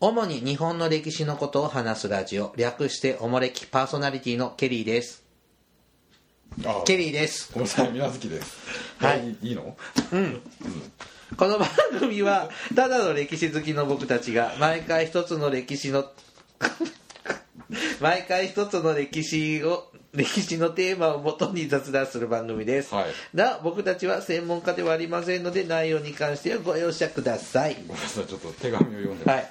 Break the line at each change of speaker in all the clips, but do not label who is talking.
主に日本の歴史のことを話すラジオ、略しておもれきパーソナリティのケリーです。
あ
ケリーです。
ごめんなさい水無月です
はい
いいいの
この番組は、ただの歴史好きの僕たちが、毎回一つの歴史の、毎回一つの歴史を、歴史のテーマをもとに雑談する番組です。
はい
な、僕たちは専門家ではありませんので、内容に関してはご容赦ください。
ごめんなさいちょっと手紙を読んで
は
ま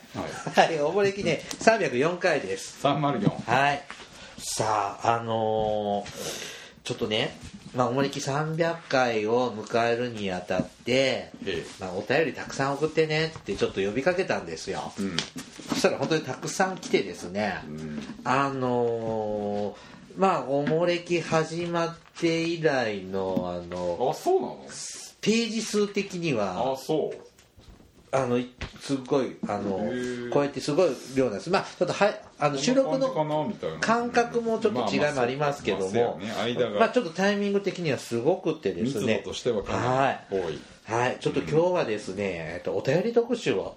す
い。はい、おもれきね、304回です。
はい、304
はい。さあ、あのーちょっとね、まあ、おもれき300回を迎えるにあたって、
ええ
まあ、お便りたくさん送ってねってちょっと呼びかけたんですよ。そしたら本当にたくさん来てですね、あのーまあ、おもれき始まって以来の、あの、
あそうなの
ページ数的には、
あそう
あのすっごいあの
へー
こうやってすごい量なんですまあちょっとはいあの収録
こんな
の
感じかなみたいな
感覚もちょっと違いもありますけども
まあまあそうまあそうやね間が
まあちょっとタイミング的にはすごくってです
密
ね
度としてはか
は
なり多い
いはいちょっと今日はですねえっとお便り特集を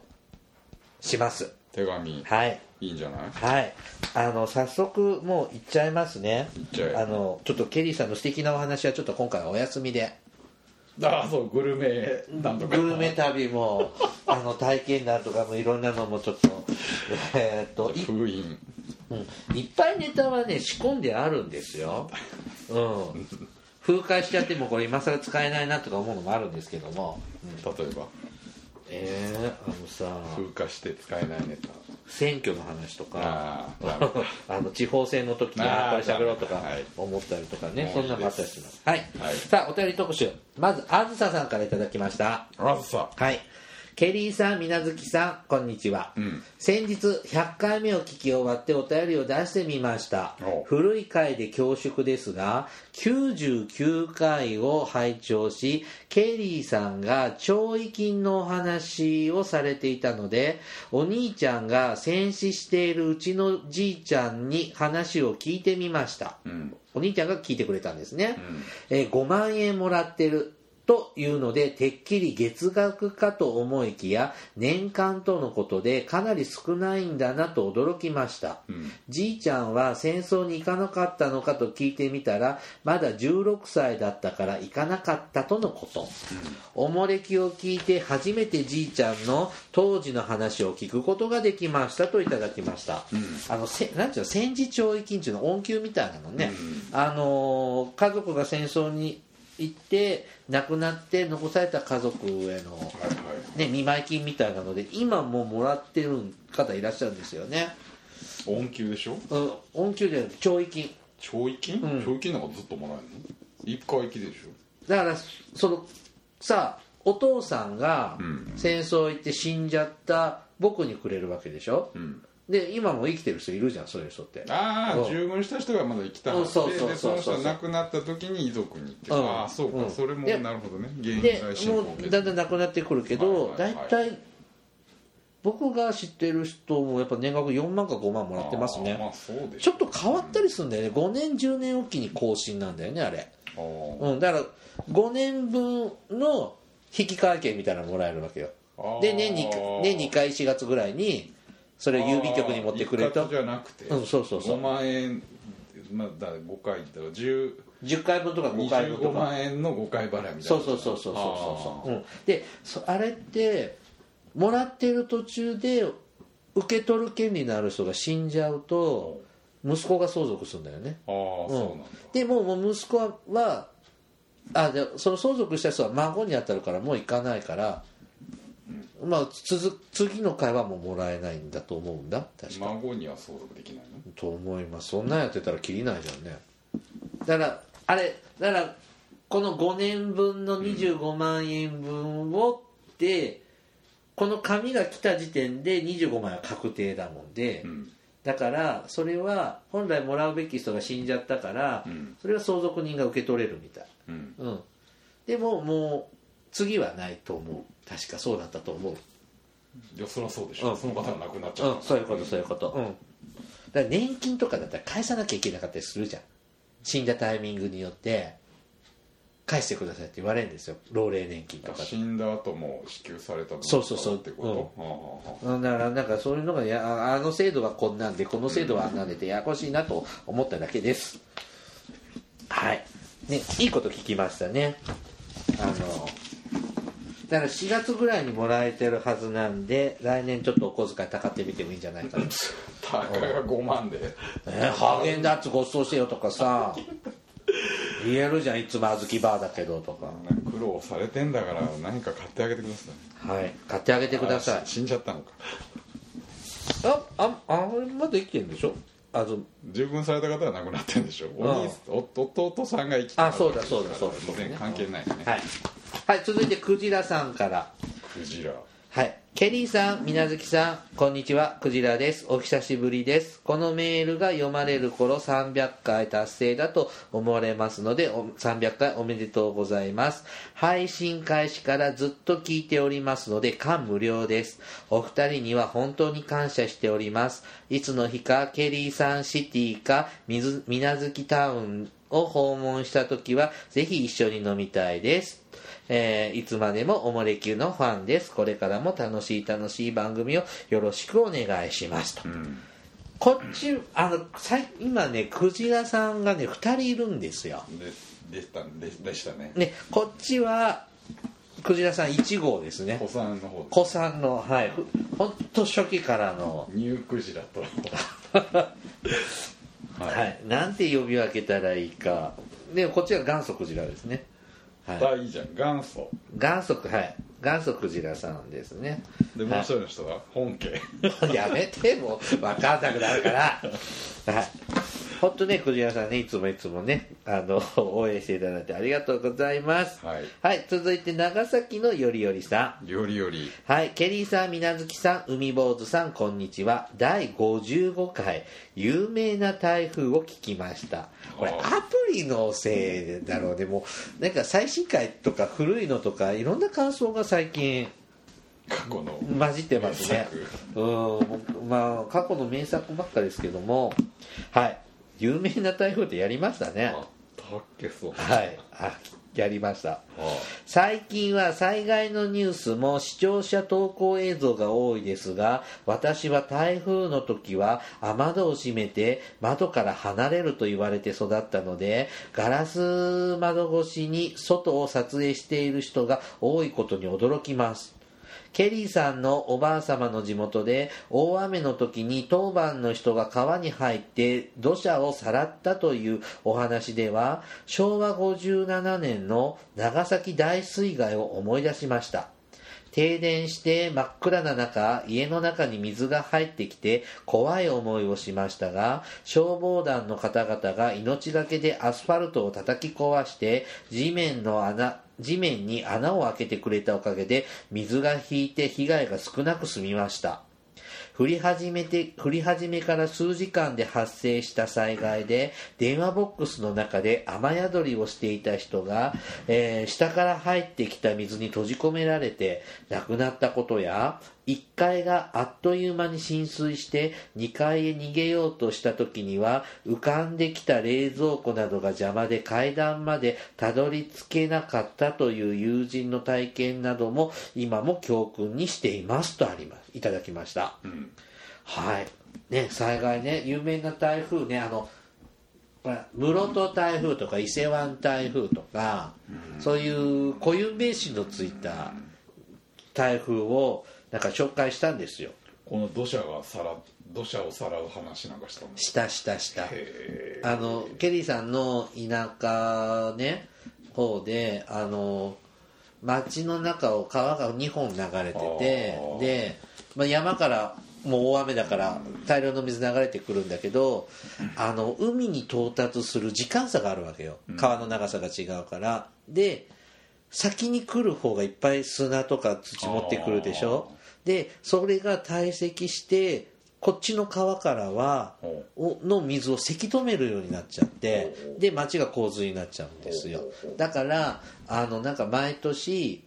します
手紙
はい
いいんじゃない
はいあの早速もう行っちゃいますね
行っちゃえ
あのちょっとケリーさんの素敵なお話はちょっと今回はお休みで
あそうグルメなんとか
グルメ旅もあの体験談とかもいろんなのもちょっとえーっ とい
封印
うんいっぱいネタはね仕込んであるんですよ、うん、風化しちゃってもこれ今更使えないなとか思うのもあるんですけども
例えば
えー、あのさ
風化して使えないネタ
選挙の話とか
ああダメ
あの地方選の時にあこれ喋ろうとか
あーはい
思ったりとかね
もう
そんなのもあったりしますはい、
はい
さあお便り特集まずあずささんからいただきました
あずさ
はい。ケリーさん、みなずきさん、こんにちは。先日、100回目を聞き終わってお便りを出してみました
お。
古い回で恐縮ですが、99回を拝聴し、ケリーさんが弔慰金のお話をされていたので、お兄ちゃんが戦死しているうちのじいちゃんに話を聞いてみました。お兄ちゃんが聞いてくれたんですね。えー5万円もらってる。というので、てっきり月額かと思いきや、年間とのことでかなり少ないんだなと驚きました。じいちゃんは戦争に行かなかったのかと聞いてみたら、まだ16歳だったから行かなかったとのこと。おもれきを聞いて初めてじいちゃんの当時の話を聞くことができましたといただきました。あの、せなんていうの、戦時懲役金中の恩給みたいなのね。あのー、家族が戦争に行って亡くなって残された家族への、
はいはい
ね、見舞い金みたいなので今もうもらってる方いらっしゃるんですよね、
音球でしょ
うん、恩給で懲役金
懲役金
ん
懲役金なんかずっともらえるの一回きでし
だからそのさあお父さんが戦争行って死んじゃった僕にくれるわけでしょ、で今も生きてる人いるじゃんそういう人って
ょあ
う
あ
ん
従軍した人がまだ生きた
うんそうそう
でで
そ
そうの
そう
人が亡くなった時に遺族にって
うん
ああそう
うん
かそれも
で
なるほどね原因
で
在進
も
行
うだんだんなくなってくるけど
はいはい
大
はい
体僕が知ってる人もやっぱ年額4万か5万もらってます
ああ
ね
まあそうでし
ち
ょ
ょっと変わったりするんだよね5年10年おきに更新なんだよねあれ、
あ
うん、だから5年分の引き換え券みたいなのもらえるわけよ
あ
で年に年2回4月ぐらいにそれを郵便局に持ってくれる
ああ一
と
括じゃなくて
うんそうそうそう
5万円まあだ5回だから10
10回分とか5回分と
25
か
万円の5回払いみたいな
そうそうそうそうそうそうそう、うん、でそあれってもらってる途中で受け取る権利のある人が死んじゃうと息子が相続するんだよね
ああああそうなんだ
でもうもう息子ははあでその相続した人は孫に当たるからもう行かないから、まあ、続次の回はもうもらえないんだと思うんだ確か
孫には相続できないの
と思いますそんなんやってたらきりないじゃんねだからあれだからこの5年分の25万円分をって、この紙が来た時点で25万円は確定だもんで、
ん
だからそれは本来もらうべき人が死んじゃったから、
ん
それは相続人が受け取れるみたい、
うん
うん、でももう次はないと思う確かそうだったと思う
いやそりゃそうでしょ、
うん
その方が亡くなっちゃった、
うん、そういうことそういうこと、うん、だから年金とかだったら返さなきゃいけなかったりするじゃん死んだタイミングによって返してくださいって言われるんですよ老齢年金とかで
死んだ後も支給されたもの
そうそうそう
ってこと、はあは
うんだからなんかそういうのがいやああの制度はこんなんでこの制度はあんなんでってややこしいなと思っただけですはい、ね、いいこと聞きましたねあのだから4月ぐらいにもらえてるはずなんで来年ちょっとお小遣いたかってみてもいいんじゃない かな
あたかが5万で
えーハーゲンダッツごちそうしてよとかさ言えるじゃんいつも小豆バーだけどとか
なんか苦労されてんだから何か買ってあげてください
はい買ってあげてください
あ死んじゃったのか
あああれまだ生きてるんでしょあの
従軍された方は亡くなってんでしょお兄お弟さんが生きて
あそうだそうだそうだ
全然関係ないね、
はい、はい、続いてクジラさんから
クジラ
はいケリーさん水無月さんこんにちはクジラですお久しぶりですこのメールが読まれる頃300回達成だと思われますのでお300回おめでとうございます配信開始からずっと聞いておりますので感無量ですお二人には本当に感謝しておりますいつの日かケリーさんシティか水水無月タウンを訪問した時はぜひ一緒に飲みたいです、えーいつまでもおもれきゅうのファンですこれからも楽しい楽しい番組をよろしくお願いしますと、こっちあのさい今ねクジラさんがね2人いるんですよ
ででしたででしたね
ねこっちはクジラさん1号ですね
子さんの方で
子さんのはいふほんと初期からの
ニュークジラ と
はい、
はい、
なんて呼び分けたらいいかでこっちは元祖クジラですねはい
あいいじゃん元祖
元祖はい元祖クジラさんですね
でもう一人の人は本 家
やめてもう分かんなくなるからはい本当ねクジラさんねいつもいつもねあの 応援していただいてありがとうございます
はい
はい、続いて長崎のよりよりさん
よりより
はい、ケリーさん、みなずきさん、海坊主さん、こんにちは。第55回、有名な台風を聞きました。これ、
あ
ア
ー
プリのせいだろうね。もう、なんか最新回とか古いのとか、いろんな感想が最近
過去の
混じってますね。うん、まあ、過去の名作ばっかですけども、はい、有名な台風ってやりましたね
あ。ったっけそう
はい、あやりました。
あ
最近は災害のニュースも視聴者投稿映像が多いですが私は台風の時は雨戸を閉めて窓から離れると言われて育ったのでガラス窓越しに外を撮影している人が多いことに驚きますケリーさんのおばあ様の地元で大雨の時に当番の人が川に入って土砂をさらったというお話では昭和57年の長崎大水害を思い出しました停電して真っ暗な中家の中に水が入ってきて怖い思いをしましたが消防団の方々が命がけでアスファルトを叩き壊して地面の穴地面に穴を開けてくれたおかげで水が引いて被害が少なく済みました降り始めて降り始めから数時間で発生した災害で電話ボックスの中で雨宿りをしていた人が、えー下から入ってきた水に閉じ込められて亡くなったことや1階があっという間に浸水して2階へ逃げようとした時には浮かんできた冷蔵庫などが邪魔で階段までたどり着けなかったという友人の体験なども今も教訓にしていますとありますいただきました、はいね災害ね有名な台風ねあのほら室戸台風とか伊勢湾台風とか、そういう固有名詞のついた台風をなんか紹介したんですよ
この土砂がさら土砂をさらう話なんかしたの
したしたした
へ
あのケリーさんの田舎ね方であの町の中を川が2本流れてて
あー
で、まあ、山からもう大雨だから大量の水流れてくるんだけどあの海に到達する時間差があるわけよ川の長さが違うからで先に来る方がいっぱい砂とか土持ってくるでしょでそれが堆積してこっちの川からは
ほ
おの水をせき止めるようになっちゃってで町が洪水になっちゃうんですよだからあのなんか毎年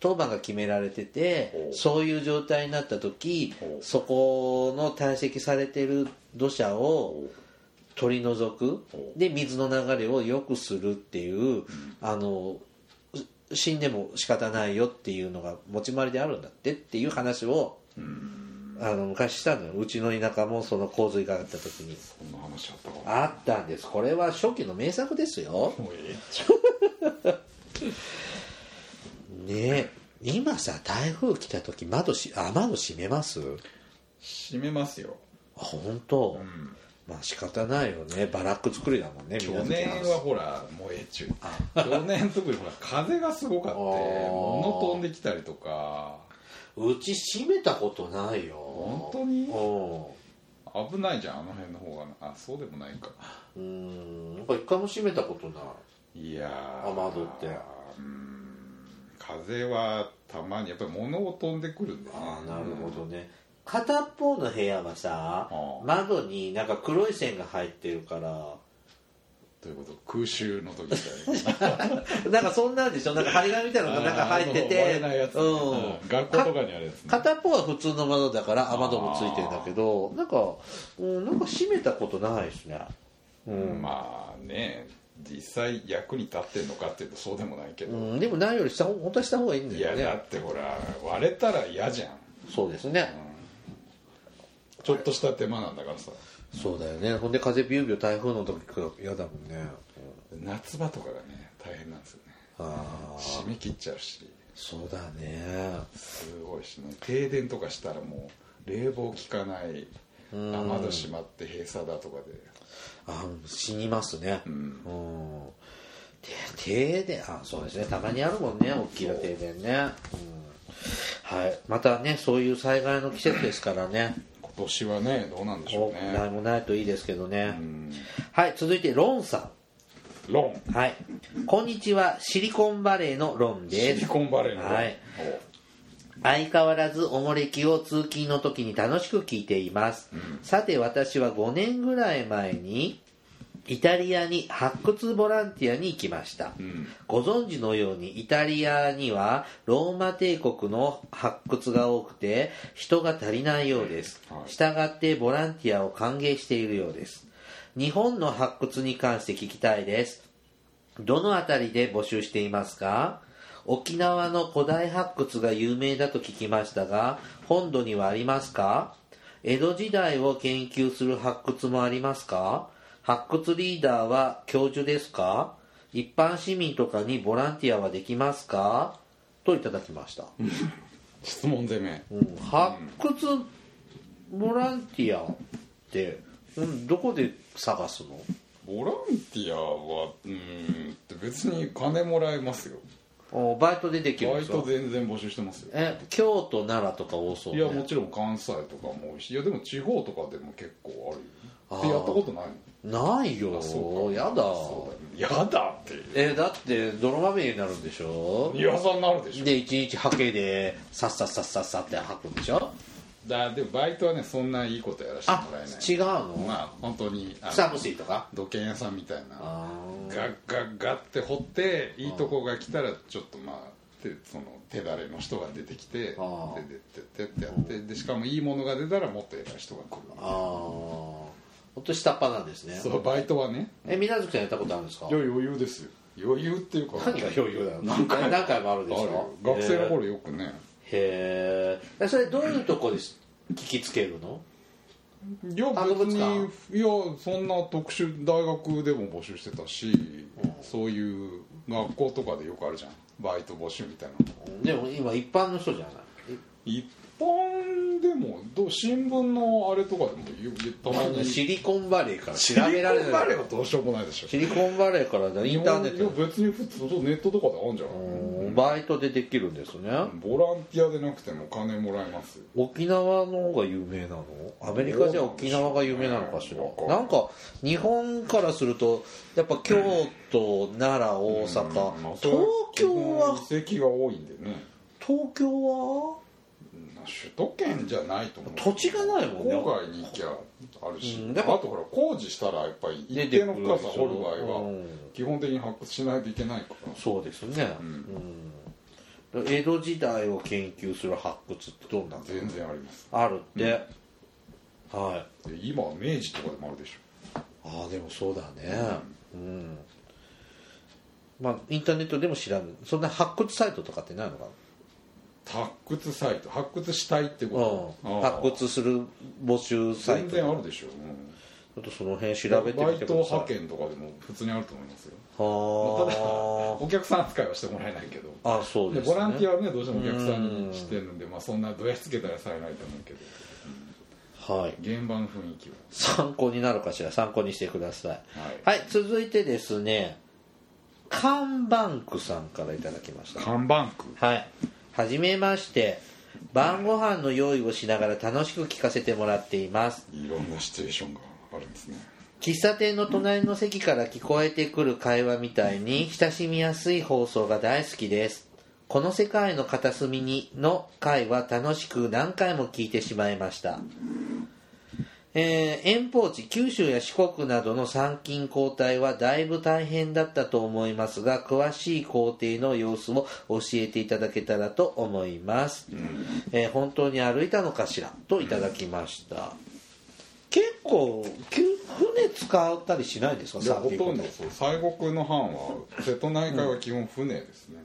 当番が決められててそういう状態になった時そこの堆積されてる土砂を取り除く
ほう
で水の流れを良くするっていう、あのう死んでも仕方ないよっていうのが持ち回りであるんだってっていう話を、あの昔したのようちの田舎もその洪水があった時に
こんな話あったか
あったんですこれは初期の名作ですよ
もうええっち
ねえ今さ台風来た時窓しあ窓閉めます
閉めますよ
あ本当、まあ仕方ないよねバラック作りだもんね
去
みんな
年はほらもうええっちゅう去年特にほら風がすごかって
あー
物飛んできたりとか
うち閉めたことないよ
本当に
うん
危ないじゃんあの辺の方がなあそうでもないか
うーんやっぱ一回も閉めたことない
いやー
雨戸って
うん風はたまにやっぱり物を飛んでくるんだよね
ああなるほどね片っぽの部屋はさ
ああ
窓になんか黒い線が入ってるから
ということ空襲の時みたいな
なんかそんなんでしょなんか針金みたい なのがなんか入ってて
あーあの割れないやつ、
うん
うん学校とかにあるやつね
片っぽは普通の窓だから雨戸もついてんだけどなんか、うん、なんか閉めたことないですねうん、
まあね実際役に立ってんのかっていうとそうでもないけど、
うん、でもないよりした本当はした方がいいん
い
だ
や
よ
だ
ね
ってほら割れたら嫌じゃん
そうですね、
ちょっとした手間なんだからさ
そうだよねほんで風ビュービュー台風の時から嫌だもんね、
夏場とかがね大変なんですよね
ああ
締め切っちゃうし
そうだね
すごいしね停電とかしたらもう冷房効かない雨戸閉まって閉鎖だとかで
あ死にますねうんて停電あそうですねたまにあるもんね大きな停電ね、うん、はいまたねそういう災害の季節ですからね
今年はねどうなんでしょう
何
ね
もないといいですけどね、はい続いてロンさ
ロン
んはいこんにちはシリコンバレーのロン
シ
で
リ
す
コンバレーのロン、
はい相変わらずおもれきを通勤の時に楽しく聞いています、さて私は5年ぐらい前にイタリアに発掘ボランティアに行きました、ご存知のようにイタリアにはローマ帝国の発掘が多くて人が足りないようです、
はい
したがってボランティアを歓迎しているようです日本の発掘に関して聞きたいですどのあたりで募集していますか沖縄の古代発掘が有名だと聞きましたが、本土にはありますか江戸時代を研究する発掘もありますか発掘リーダーは教授ですか一般市民とかにボランティアはできますかといただきました。
質問攻め
うん発掘ボランティアって、うん、どこで探すの
ボランティアはうーん別に金もらえますよ
おバイトでできるん
バ
で
イ
すか
ト全然募集してますよ
え京都奈良とか多そう、
い
ね、
やもちろん関西とかも多いしいやでも地方とかでも結構あ
あー
るよでやったことない
ないよ
のそうか
やだ
そうだよやだって
えだって泥まみれになるんでしょ
いやさんなるでしょ
で一日ハケでさっさっさっさっさって吐くんでしょ
だでもバイトはねそんないいことやらせて
あ
もらえない
違うの
まあ本当にあの
草むしりとか
土建屋さんみたいな
あ
ガッガッガッて掘っていいとこが来たらちょっとまあてその手だれの人が出てきてで
あー
でででってやってでしかもいいものが出たらもっと偉い人が来る
あほんと下っ端なんですね
そうバイトはね
え水無月さんやったことあるんですか
いや余裕ですよ余裕っていうか
何が余裕だよ何
回
回もあるでし
あるよ
ょ
学生の頃よくね
へーえそれどういうとこで聞きつけるの
いや
博
別
物
にい
館
やそんな特殊大学でも募集してたし、そういう学校とかでよくあるじゃんバイト募集みたいな
でも今一般の人じゃない
一般でもどう新聞のあれとかでもよたまに
シリコンバレーから調べられ
シリコンバ
な
レー
い
はどうしようもないでしょ
シリコンバレーからだインターネッ
いや
ト
別に普通そうネットとかであるんじゃない
うんバイトでできるんですね
ボランティアでなくても金もらえますよ
沖縄の方が有名なのアメリカじゃ沖縄が有名なのかしら
わかんない
なんか日本からするとやっぱ京都奈良大阪
まあそれ
東京は
基本遺跡が多いんでね
東京は
首都圏じゃないと思う
土地がないもんね
郊外に行きゃあるし、
うん
あと
でも
ほら工事したらやっぱり一定の深さ掘る場合は基本的に発掘しないといけないから
そうですねうん江戸時代を研究する発掘ってどんなん
全然あります
あるってはい
で今は明治とかでもあるでしょ
ああでもそうだねうん、まあインターネットでも調べるそんな発掘サイトとかってないのかな
発掘サイト発掘したいってこ
う
と
ん発掘する募集サイ
全
トち
然あ
ょ
るでしょ、
っとその辺
う
調
ん、
べて
バ
み
イ
て
ト
ください
派遣とかでも普通にあると思いますよまあただ
は
お客さん扱いはしてもらえないけど
ああそう
で
です、ね、
ボランティアはねどうしてもお客さんにしてるんで、まあ、そんなどやつけたらされないと思うけど
はい
現場の雰囲気は
参考になるかしら参考にしてください
はい
はい続いてですねカンバンクさんからいただきました
看板区
はい。はじめまして。晩ご飯の用意をしながら楽しく聞かせてもらっています。
いろんなシチュエーションがあるんですね
喫茶店の隣の席から聞こえてくる会話みたいに親しみやすい放送が大好きです。この世界の片隅にの回は楽しく何回も聞いてしまいました。えー遠方地、九州や四国などの参勤交代はだいぶ大変だったと思いますが、詳しい工程の様子を教えていただけたらと思います。えー本当に歩いたのかしらといただきました。結構、きゅ船使ったりしないですか
でほ
参勤
とん
交
ど
代
そう西国の藩は瀬戸内海は基本船ですね、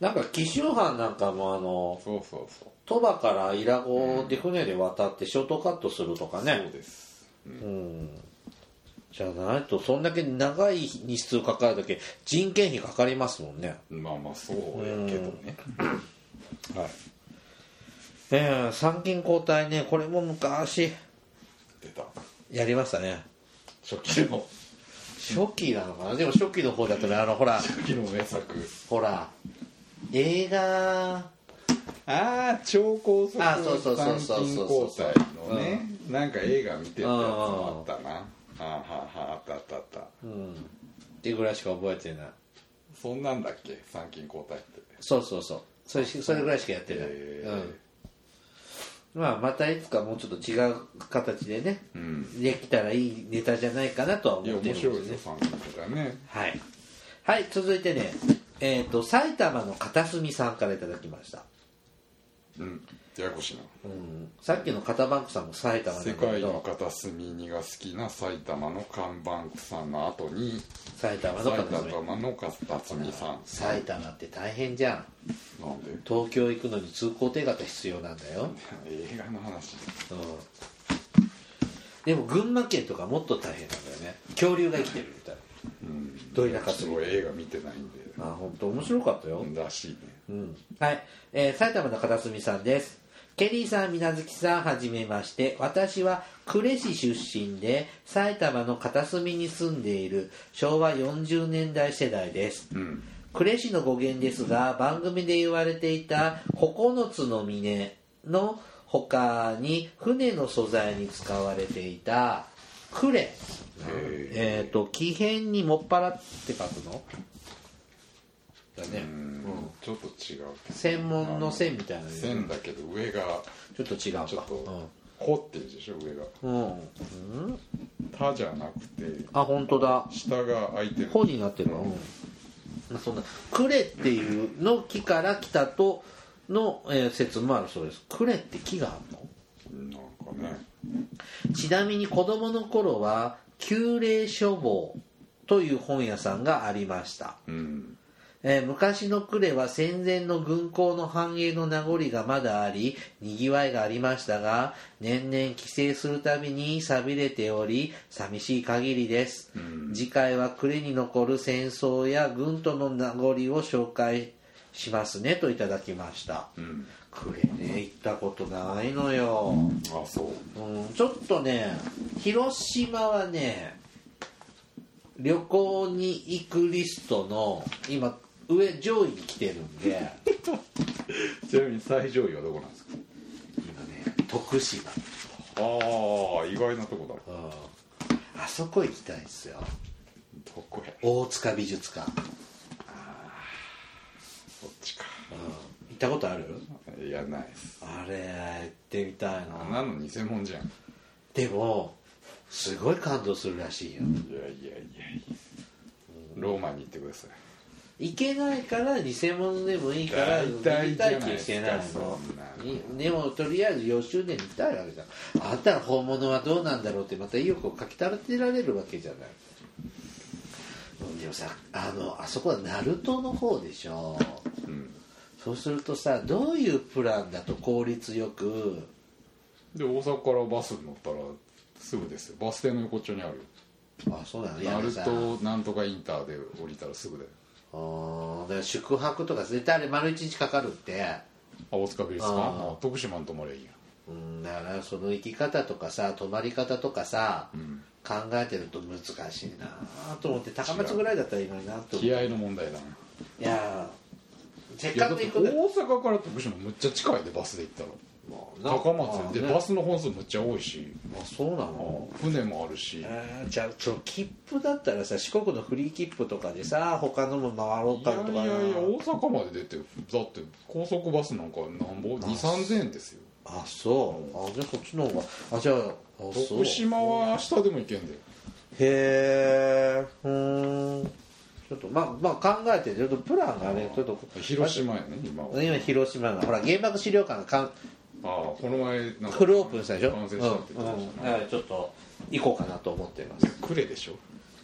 なんか紀州藩なんかもあの、
そうそうそう
鳥羽から伊良湖で船で渡ってショートカットするとかね。
そうです
じゃないとそんだけ長い日数かかるだけ人件費かかりますもんね
まあまあそうやけどねはい
ええ参勤交代ねこれも昔
出た
やりましたね
初期の
初期なのかなでも初期の方だったらあのほら
初期の名作
ほら映画
ああ超高速
あそうそうそうそう
参勤交代のね、なんか映画見てたやつもあったな、あーはーはーあったあったあった
うんっていうぐらいしか覚えてない
そんなんだっけ参勤交代って
そうそうそうそれしそれぐらいしかやってない、
へえ
うん、まあまたいつかもうちょっと違う形でね、
うん
できたらいいネタじゃないかなとはい
や
思ってるん
面
ですね
白いですよ参勤交代ね
はい、はい、続いてね、えー、と埼玉の片隅さんからいただきました、
うんややこしいな
うん、さっきの片バンクさんも埼玉なんだ
世
け
界の
ど
片隅にが好きな埼玉の看板さんの後に
埼玉の
埼
片隅
玉の片隅さん
埼玉って大変じゃん
なんで
東京行くのに通行手形必要なんだよ、
映画の話
うん、でも群馬県とかもっと大変なんだよね恐竜が生きてるみたいな
うん
どういう中
すごい映画見てないんで
あ本当面白かったよ、
らしいね
うんはい、えー埼玉の片隅さんですケリーさん、水無月さん、はじめまして。私は呉市出身で、埼玉の片隅に住んでいる昭和40年代世代です。
うん
呉市の語源ですが、番組で言われていた9つの峰の他に船の素材に使われていた呉。
へ
えっ、と、木片にもっぱらって書くのだね。
え
うん
ちょっと違うけど
専門の線みたいな
線だけど上が
ちょっと違うか
ちょっと「こ」っていう字でしょ上が
うん、うん、
「た」じゃなくて
あ本当だ
下が開いてる
本になってるわ、うんまあそんな「クレ」っていうの木から来たとの、えー説もあるそうですクレって木があるの
なんかね
ちなみに子供の頃は旧霊書房という本屋さんがありました
うん
えー昔の呉は戦前の軍港の繁栄の名残がまだあり、賑わいがありましたが、年々帰省するたびに錆びれており、寂しい限りです。次回は呉に残る戦争や軍との名残を紹介しますねといただきました。
うん
呉ね、行ったことないのよ。
あそう
うん、ちょっとね、広島はね、旅行に行くリストの、今、上、上位に来てるんで、
ちなみに最上位はどこなんですか
今ね、徳島。
ああ意外なとこ
う
だ
んあそこ行きたいんですよ。
どこや
大塚美術館。うん
そっちか
行ったことある
いやないです
あれ、行ってみたい
あん
な。
なの偽物じゃん
でも、すごい感動するらしいよ。
いやいやいやいやローマに行ってください
いけないから偽物でもいいから
大体
疑体
じゃない
験
で
し
す
て
か
ない
そ
の
んない
でもとりあえず予習年に鍛えるわけじゃんあったら本物はどうなんだろうってまた意欲をかきたてられるわけじゃないでもさあのあそこはナルトの方でしょ
うん
そうするとさどういうプランだと効率よく
で大阪からバスに乗ったらすぐですよバス停の横っちょにあるよ
あそうなのや
鳴
ださ
門なんとかインターで降りたらすぐだよ
あーだから宿泊とか絶対あれ丸一日かかるって
あ大塚美術館
あー
あ徳島に泊まりゃいいや
うんだからその行き方とかさ泊まり方とかさ、
ん
考えてると難しいなと思って高松ぐらいだったらいいのになと思って
気合の問題だない
やーせっ
いや
か
だっ
く
て
行
大
くんだ
阪から徳島むっちゃ近いでバスで行ったら
もうな
高松で
あーね
バスの本数むっちゃ多いし
あそうなの
船もあるし
えーじゃあその切符だったらさ四国のフリー切符とかでさ他のも回ろう
い
か
や
とか
いやいや大阪まで出てだって高速バスなんかなんぼ2 3千円ですよ
あそうあじゃあそっちの方があじゃああそう
徳島は明日でも行けんだよ
へえふーんちょっとまあまあ考えてちょっとプランがねちょっと
広島やね今は
今広島がほら原爆資料館がかん
ああこの前なんか
フルオープンしたでしょ、
完
う
成
ん
したって
う
言ってまし
ん、
た
だ
ね
からちょっと行こうかなと思ってます
クレでしょ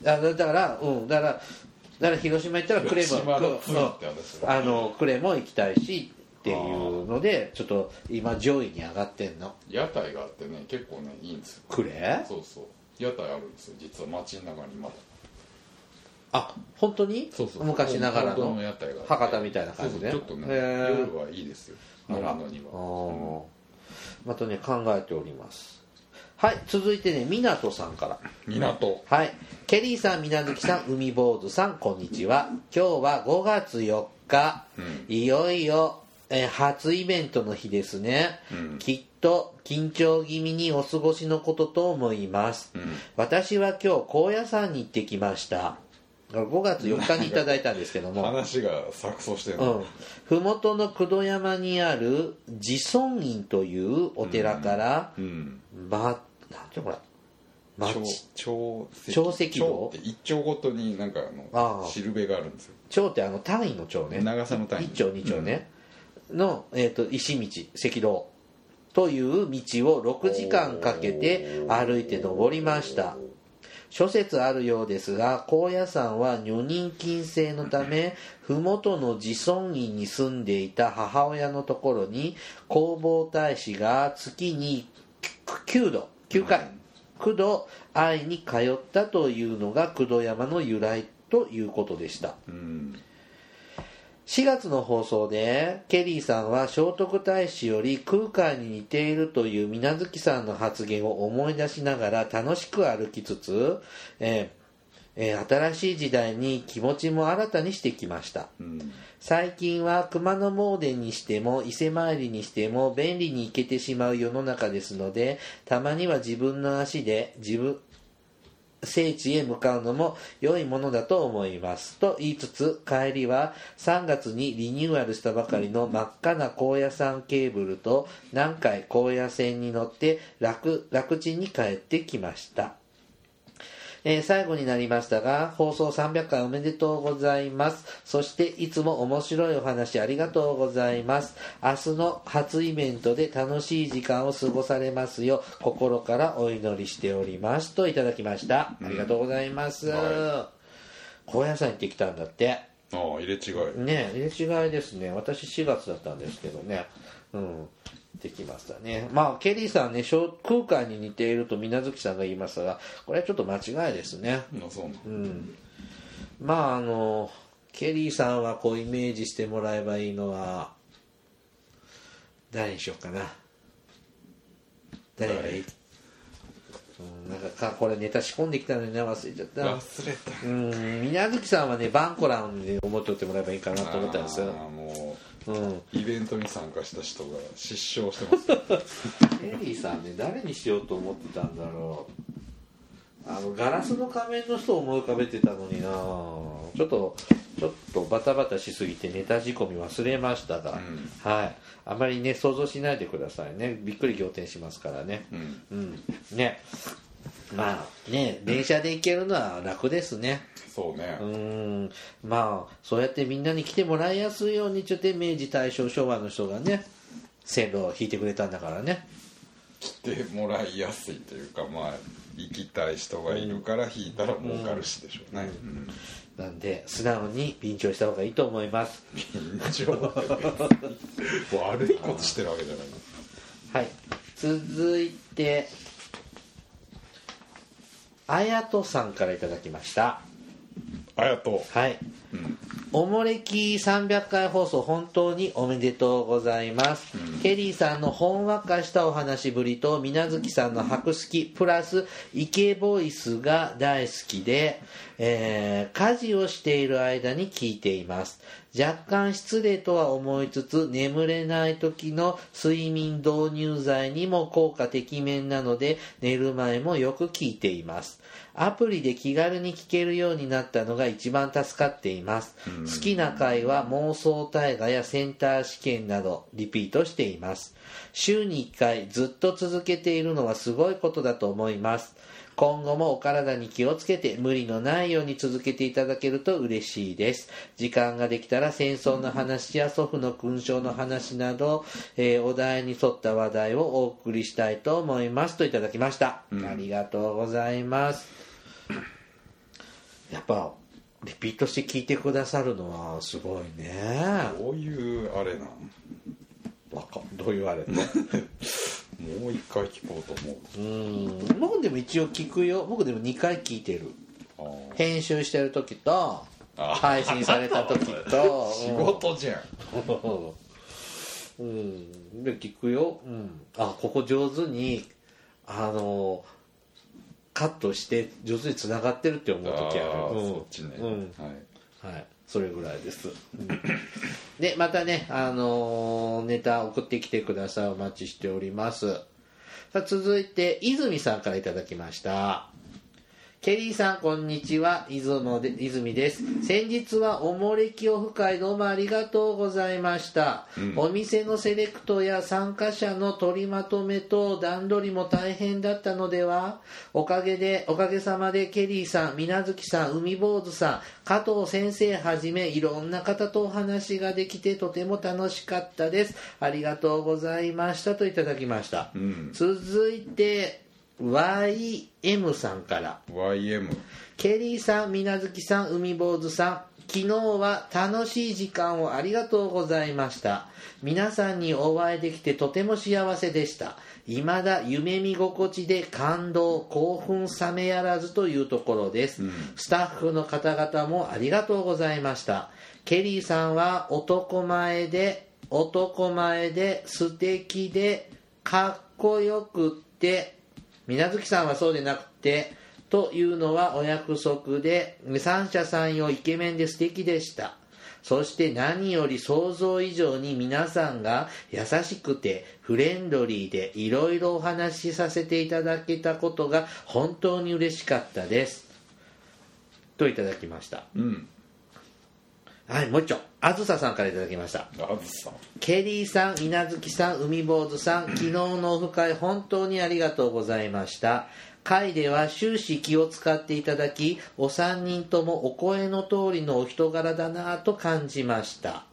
あだだからうんだからだから広島行ったらクレも
島のプ
う
レ
ん
って話だ
あのクレも行きたいしっていうのでちょっと今上位に上がってんの
屋台があってね結構ねいいんですよ
クレ
そうそう屋台あるんですよ実は街の中にまだ
あ本当に
そうそう
昔ながら
本当
の
屋台があって
博多みたいな感じで
そうそうちょっとね
へー
夜はいいですよ
あ
飲む
ら
のに
あ
は
ーまたね考えておりますはい続いてね湊さんから
港
はいケリーさん水無月さん海坊主さんこんにちは今日は5月4日、
う
いよいよえー初イベントの日ですね、
うん
きっと緊張気味にお過ごしのことと思います、
うん
私は今日高野山に行ってきました5月4日にいただいたんですけど も
話が錯綜してる
うん、麓の工藤山にある自尊院というお寺から、
うん
ま、なんていうのこれ町
長石
長石堂
長って一丁ごとになんかあ
あ
の
あ
しるべがあるんですよ
町ってあの単位の町ね
長さの単位
一丁二丁ね、の、えー、と石道石道という道を6時間かけて歩いて登りました諸説あるようですが高野山は女人禁制のため麓の自尊院に住んでいた母親のところに弘法大師が月に9度9回9度会いに通ったというのが工藤山の由来ということでした
うん
4月の放送でケリーさんは聖徳太子より空海に似ているという水無月さんの発言を思い出しながら楽しく歩きつつ、えーえー新しい時代に気持ちも新たにしてきました
うん
最近は熊野詣にしても伊勢参りにしても便利に行けてしまう世の中ですのでたまには自分の足で自分聖地へ向かうのも良いものだと思いますと言いつつ帰りは3月にリニューアルしたばかりの真っ赤な高野山ケーブルと南海高野線に乗って楽楽地に帰ってきましたえー最後になりましたが、放送300回おめでとうございます。そして、いつも面白いお話ありがとうございます。明日の初イベントで楽しい時間を過ごされますよう、心からお祈りしております。といただきました。ありがとうございます。
は
高野山行ってきたんだって。
ああ入れ違い
ねえ入れ違いですね私4月だったんですけどねうんできましたねまあケリーさんね小空間に似ていると水無月さんが言いましたがこれはちょっと間違いですね
あそうなの
うんまああのケリーさんはこうイメージしてもらえばいいのは誰にしようかな誰がいい、うん、なんかかこれネタ仕込んできたのにな忘れちゃった
忘れた
うん宮月さんはねバンコランで思っておいてもらえばいいかなと思ったんですよ、
ああも
うん、
うイベントに参加した人が失笑し てますよ
エリーさんね誰にしようと思ってたんだろうあのガラスの仮面の人を思い浮かべてたのになちょっとちょっとバタバタしすぎてネタ仕込み忘れましたが、
う
はいあまりね想像しないでくださいねびっくり仰天しますからね
うん
うんねまあね電車で行けるのは楽ですね
そうね、
うんまあそうやってみんなに来てもらいやすいようにちょっと明治大正昭和の人がね線路を引いてくれたんだからね
来てもらいやすいというかまあ行きたい人がいるから引いたら儲かるしでしょうね、うん
なんで素直に便乗した方がいいと思います
一応悪いことしてるわけじゃない
はい続いてあやとさんからいただきました
あやと
はい、おもれき300回放送本当におめでとうございます、ケリーさんのほんわかしたお話ぶりと水無月さんの白好きプラスイケボイスが大好きで、えー家事をしている間に聞いています若干失礼とは思いつつ眠れない時の睡眠導入剤にも効果てきめんなので寝る前もよく聞いていますアプリで気軽に聞けるようになったのが一番助かっています好きな回は妄想大河やセンター試験などリピートしています週に1回ずっと続けているのはすごいことだと思います今後もお体に気をつけて無理のないように続けていただけると嬉しいです時間ができたら戦争の話や祖父の勲章の話など、えーお題に沿った話題をお送りしたいと思いますといただきました、ありがとうございますやっぱリピートして聞いてくださるのはすごいね
こういうあれなん
わかどう言われて
もう一回聞こうと
うん僕でも一応聞くよ僕でも2回聞いてる
思う
編集してる時と
あ
配信された時
あ
と
ー仕事じゃん
うん、うんで聞くよ、うん、あここ上手にあのカットして上手につながってるって思う時あ
あ
る
ー
うん
そっちね、
うん
はい
はい、それぐらいです。で、またね、あのーネタ送ってきてください。お待ちしております。さあ、続いて、泉さんからいただきました。ケリーさん、こんにちは。出雲で、泉です。先日はおもれきオフ会どうもありがとうございました。お店のセレクトや参加者の取りまとめと段取りも大変だったのではおかげで、おかげさまでケリーさん、水無月さん、海坊主さん、加藤先生はじめいろんな方とお話ができてとても楽しかったです。ありがとうございましたといただきました。
ん
続いて、YM さんから。
YM
ケリーさん、みなずきさん、海坊主さん、昨日は楽しい時間をありがとうございました。皆さんにお会いできてとても幸せでした。未だ夢見心地で感動、興奮冷めやらずというところです。スタッフの方々もありがとうございました。ケリーさんは男前で、男前で、素敵で、かっこよくって、水無月さんはそうでなくて、というのはお約束で、三者三様イケメンで素敵でした。そして何より想像以上に皆さんが優しくてフレンドリーでいろいろお話しさせていただけたことが本当に嬉しかったです。といただきました。
うん
はい、もう一丁。あずささんからいただきました。
あずさん
ケリーさん、みなずきさん、海坊主さん、昨日のオフ会、本当にありがとうございました。会では終始気を使っていただき、お三人ともお声の通りのお人柄だなぁと感じました。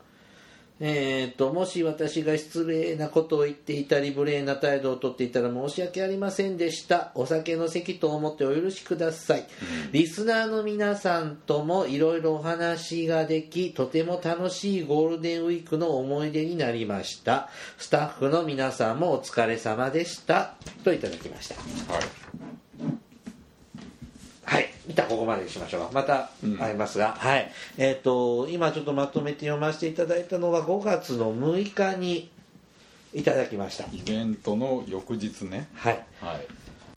えー、ともし私が失礼なことを言っていたり無礼な態度をとっていたら申し訳ありませんでしたお酒の席と思ってお許しくださいリスナーの皆さんともいろいろお話ができとても楽しいゴールデンウィークの思い出になりましたスタッフの皆さんもお疲れ様でしたといただきました
はい
はい。一旦ここまでにしましょう。また会いますが、はい。えっ、と、今ちょっとまとめて読ませていただいたのは5月の6日にいただきました。
イベントの翌日ね
はい。
はい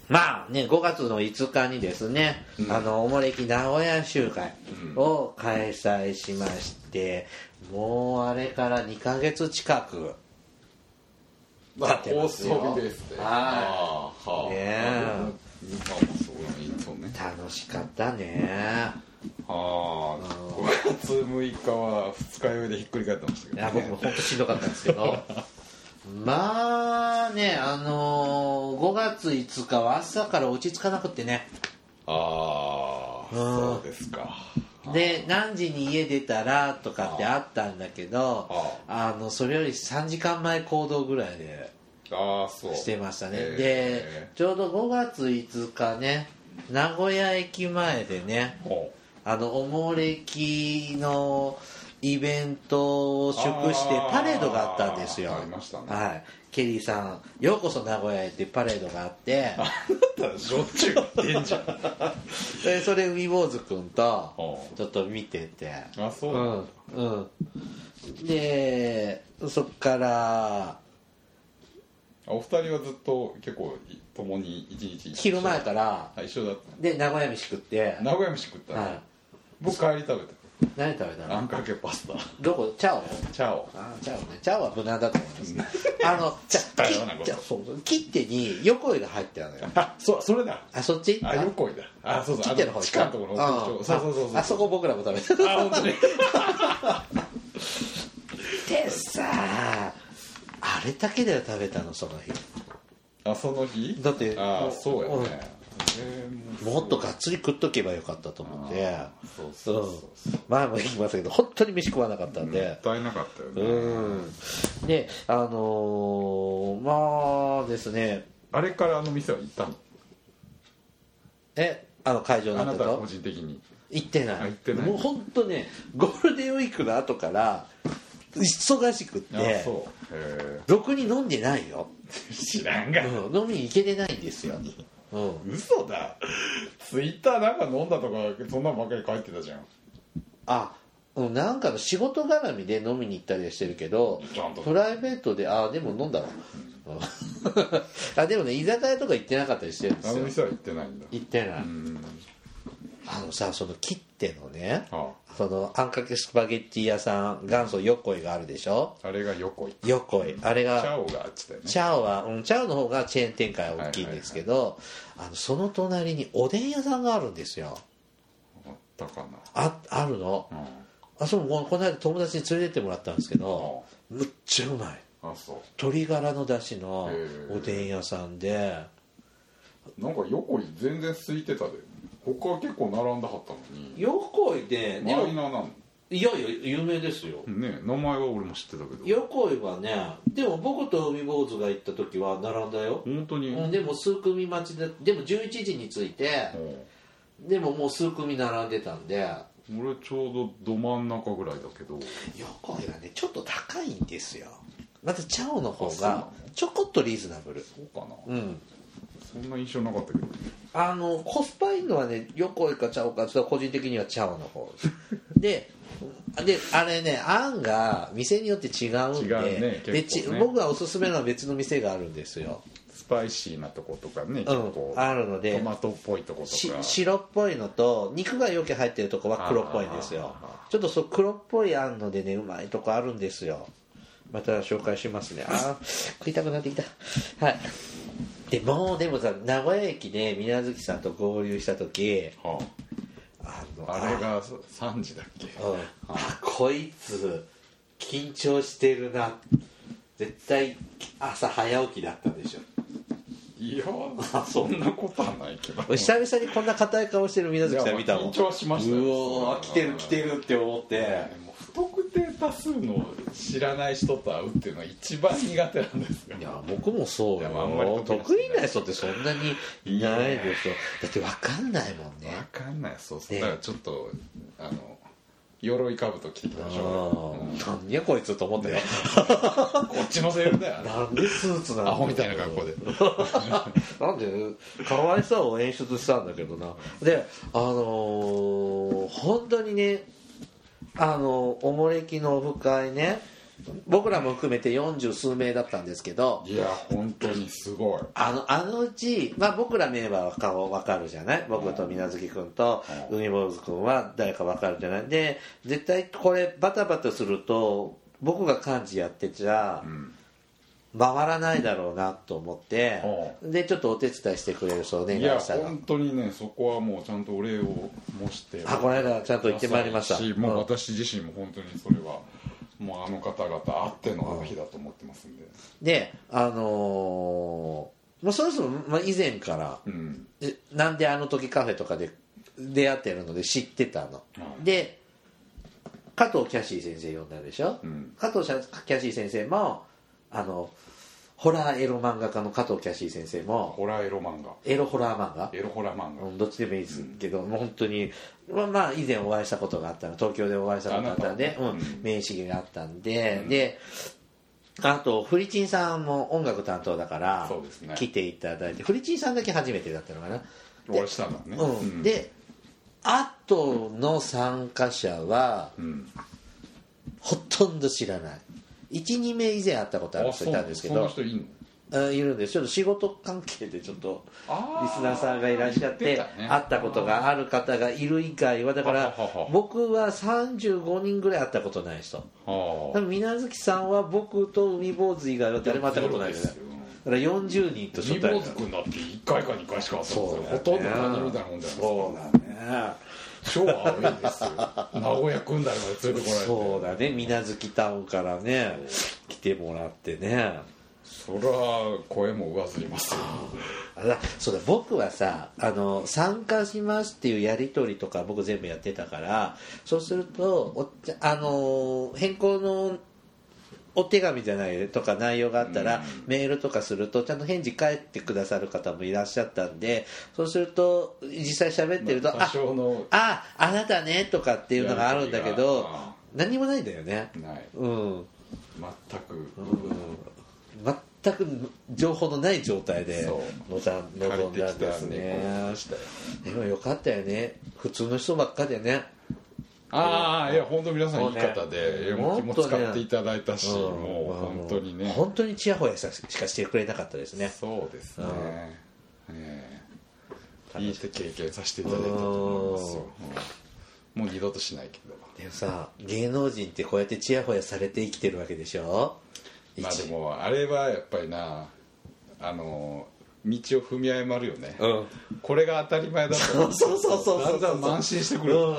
まあね、5月の5日にですね、
うん
あの、おもれき名古屋集会を開催しまして、もうあれから2ヶ月近く、
ま
立ってますよ
放送日ですって
はい
あーはあ
ねえ
今もそういいとね
楽しかったね。
ああ5月6日は二日酔いでひっくり返ってましたけ
い
ど、
や、僕も
ね、
本当しんどかったんですけど、まあねあのー5月5日は朝から落ち着かなくってね
ああ
うん
そうですか
で何時に家出たらとかってあったんだけどあのそれより3時間前行動ぐらいで
ああそう
してましたね、
え
でちょうど5月5日ね名古屋駅前でね
ーお
あのおもれきのイベントを祝して
あー
パレードがあったんですよ
ありましたね
はい、ケリーさん「ようこそ名古屋へ」っていうパレードがあって
しょっちゅう言ってんじゃん
でそれ海坊主君と
うん
ちょっと見てて
あそう
う
だ、
んうんでそっから
お二人はずっと結構共に一日
昼前から
あ一緒だった
で名古屋飯食って、
名古屋飯食った、
はい、
僕帰り食べ
何食べた
たあん
の
かけパスタ
どこチャオ
チャオ
あチャオねチャオは無難だと思います あのじゃ
ったようなこと
切っそうそう切手に横井が入ってたのよ
あそうそれだ
あそっち
あ横井だあそうそう
切
あ
手の方
の地下のところの
うん
そうそうそうそう
ああそこ僕らも食べた
あ本当に
でさああれだけでは食べたのその日
あその日
だって
あ
もう
そうやね、えーう
もっとがっつり食っとけばよかったと思って
あーそうそうそうそう
前も言いましたけど本当に飯食わなかったんで、
もったいなかったよね、
うんであのーまあですね
あれからあの店は行ったの
えあの会場にな
あ
っ
な
た
たは個
と
人的に
行ってない
あ行ってない
もう本当ねゴールデンウィークの後から忙しくっ
あ
て
そうへ
ろくに飲んでないよ、
え知らんが、
うん、飲みに行けてないんですよ、うん、
嘘だツイッターなんか飲んだとかそんなのばっかり書いてたじゃん
あうんなんかの仕事絡みで飲みに行ったりはしてるけど
ちゃんと
プライベートであでも飲んだ わうんあでもね居酒屋とか行ってなかったりしてるんで
あ
す
の
よ
店は行ってないんだ
行ってない、
うん
あのさその切手のね
あ
そのあんかけスパゲッティ屋さん元祖横井があるでしょ
あれが横井チ
横井あれ
ャ
が
オがあっちだよね
チャオは、うん、チャオの方がチェーン展開は大きいんですけど、あのその隣におでん屋さんがあるんですよ
あったか
ああるの
な、
あそうここの間友達に連れてってもらったんですけど、むっちゃうまい
うん、あそ
鶏ガラの出汁の
へー
おでん屋さんで
うなんか横井全然空いてたで他は結構並んだはったのに
横井で
マイナーなの
いやいや有名ですよ
ね名前は俺も知ってたけど
横井はねでも僕と海坊主が行った時は並んだよ、
本当に、
うんでも数組待ちででも11時に着いてでももう数組並んでたんで
うん俺ちょうどど真ん中ぐらいだけど
横井はねちょっと高いんですよまたチャオの方
あそうな
が
の
ちょこっとリーズナブル
そうかな、
うん
そんな印象なかったけど
あのコスパいいのはね横井かチャオかちょっと個人的にはチャオの方で であれね案が店によって違うんで
違うね
でち
結構ね
僕がおすすめのは別の店があるんですよ、
スパイシーなとことかね、結
うん
構、
あるので
トマトっぽいとこと
し
か
白っぽいのと肉がよく入ってるとこは黒っぽいんですよ
あ
ちょっとそう黒っぽいあんのでねうまいとこあるんですよまた紹介しますね あー食いたくなってきたはいでもうでもさ名古屋駅で水無月さんと合流した時
は
あの
あ、あれが3時だっけ
うんあこいつ緊張してるな絶対朝早起きだったでしょ
いやそんなことはないけど
俺久々にこんな硬い顔してる水無月さん見たもん
いやまあ緊張はしましたよ
うおー来てる来てるって思って
もう不特定多数の知らない人と会うっていうのは一番苦手なんですよ
いや僕もそう
い
よ
やまああんまり得意な
得意
人
な人ってそんなにいないでしょだって分かんないもんね
わかんないそうそう
ね
だからちょっとあの鎧兜着てきたでしょ、うん
ああなんやこいつと思ったよ
こっちのセールだよ な
なんでスーツなの
アホみたいな格好 で
なんでかわいさを演出したんだけどなであのー本当にねあのおもれきのオフ会ね僕らも含めて40数名だったんですけど
いや本当にすごい
あのあのうち、まあ、僕らメンバーは顔分かるじゃない僕と水無月君と
うん
海坊主君は誰か分かるじゃないで絶対これバタバタすると僕が幹事やってちゃ
ん
回らないだろうなと思って、でちょっとお手伝いしてくれるそうお願い
いや
したら
本当にねそこはもうちゃんとお礼を申して
あこの間ちゃんと行ってまいりました
し
うん
もう私自身も本当にそれはもうあの方々あっての日だと思ってますんで、
であのーもうそろそろ、まあ、以前から
うん、
えなんであの時カフェとかで出会ってるので知ってたの、
はい
で加藤キャシー先生呼んだでしょ、
うん
加藤キャシー先生もあのホラーエロ漫画家の加藤キャシー先生も
ホラーエロ漫画
エロホラー漫画
エロホラー漫
うんどっちでもいいですけど、もう本当に、まあ、まあ以前お会いしたことがあったの東京でお会いしたことがあったんで、
あ
う
なた
ん
うん、
名刺があったんで、であとフリチンさんも音楽担当だから
そうですね
来ていただいて、フリチンさんだけ初めてだったのかな、
画お会いしたんだね、
うん
うん
であとの参加者は
うん
ほとんど知らない12名以前会ったことある
あ
人
そ
いうた
なんん
で
です
け
すそんな
ど
人いんの
うんいるんですちょっと仕事関係でちょっと
あ
リスナーさんがいらっしゃって
言たね
会ったことがある方がいる以外はだか
は
ら
ははは
僕は35人ぐらい会ったことない人
あー
多分水月さんは僕と海坊主以外は誰も会ったことないです
ゼ
だか
ロですよ
ら40人と
ジ
初
ンボ
対
ー
面
ズ君だって1回か2回しか会った
そ
こ
う
と
だ
ないほとんど何人みたいなもんじゃないですか
そうだね
超青いです よ名古屋君台まで連れてこられて
そうだね水無月タウンからね来てもらってね
そりゃ声も上ずりますよ
あらそうだ僕はさあの参加しますっていうやり取りとか僕全部やってたからそうするとおっちゃあの変更のお手紙じゃないとか内容があったら、メールとかするとちゃんと返事返ってくださる方もいらっしゃったんでそうすると実際喋ってると「
多少の
あああなたね」とかっていうのがあるんだけ
やり取り
ど
があ
何もないんだよね
ない
うん
全く
全く情報のない状態で
そう
臨ん臨んだんです
借りてきた猫
ね
をしたよ
でもよかったよね普通の人ばっかでね
ああいや本当皆さんいい方
そうね
でもう気も使っていただいたし
うん
もう本当に
あの
ね
本当にちやほやさしかしてくれなかったですね
そうですねええいい経験させていただいたと思いますようんもう二度としないけど
でもさ芸能人ってこうやってちやほやされて生きてるわけでしょ
まあ
一
でもあれはやっぱりなあの道を踏み誤るよね、
うん
これが当たり前だと
そうそうそうそう
だんだん慢心してくる、
うん
うん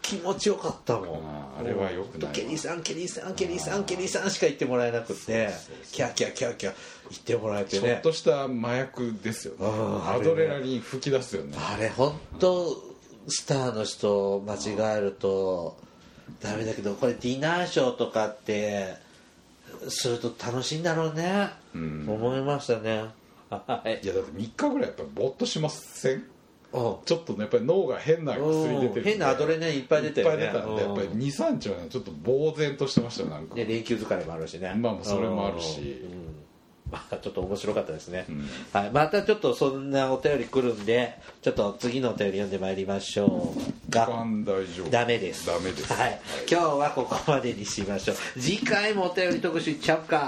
気持ちよかったもん
あーあれは良くないわ
ケリーさんケリーさんケリーさんケリーさんしか言ってもらえなくてキャーキャーキャーキャー言ってもらえて
ちょっ
ね
とした麻薬ですよね
うん
アドレナリン吹き出すよね
あれ本当スターの人間違えるとダメだけどこれディナーショーとかってすると楽しいんだろうね、
うん
思いましたねはい
いやだって3日ぐらいやっぱりぼーっとしません
うん
ちょっとねやっぱり脳が変な薬出てるんで
変なアドレナリンいっぱい出たよね
いっぱい出たんでやっぱり23日はねちょっと呆然としてましたよなんか、
で連休疲れもあるしね
まあまあそれもあるし
うんうんまあちょっと面白かったですね、
ん
はい、またちょっとそんなお便り来るんでちょっと次のお便り読んでまいりましょう
一
が
般大丈夫
ダメです
ダメです
はい、今日はここまでにしましょう次回もお便り特集いっちゃうか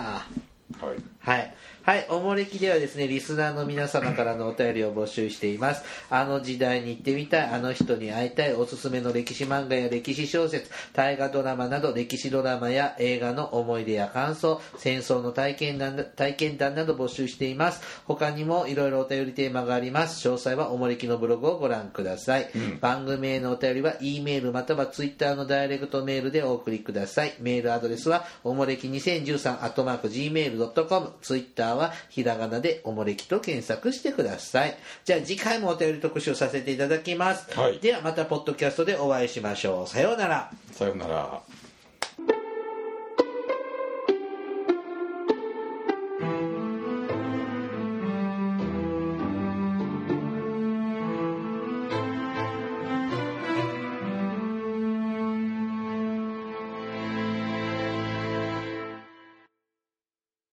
はい
はい。はい。おもれきではですね、リスナーの皆様からのお便りを募集しています。あの時代に行ってみたい、あの人に会いたい、おすすめの歴史漫画や歴史小説、大河ドラマなど、歴史ドラマや映画の思い出や感想、戦争の体験談な体験談など募集しています。他にもいろいろお便りテーマがあります。詳細はおもれきのブログをご覧ください。番組へのお便りは、E メールまたは Twitter のダイレクトメールでお送りください。メールアドレスは、おもれき2013、アットマーク gmail.com、ツイッターはひらがなでおもれきと検索してください。じゃあ次回もお便り特集をさせていただきます。
はい
ではまたポッドキャストでお会いしましょう。さようなら。
さようなら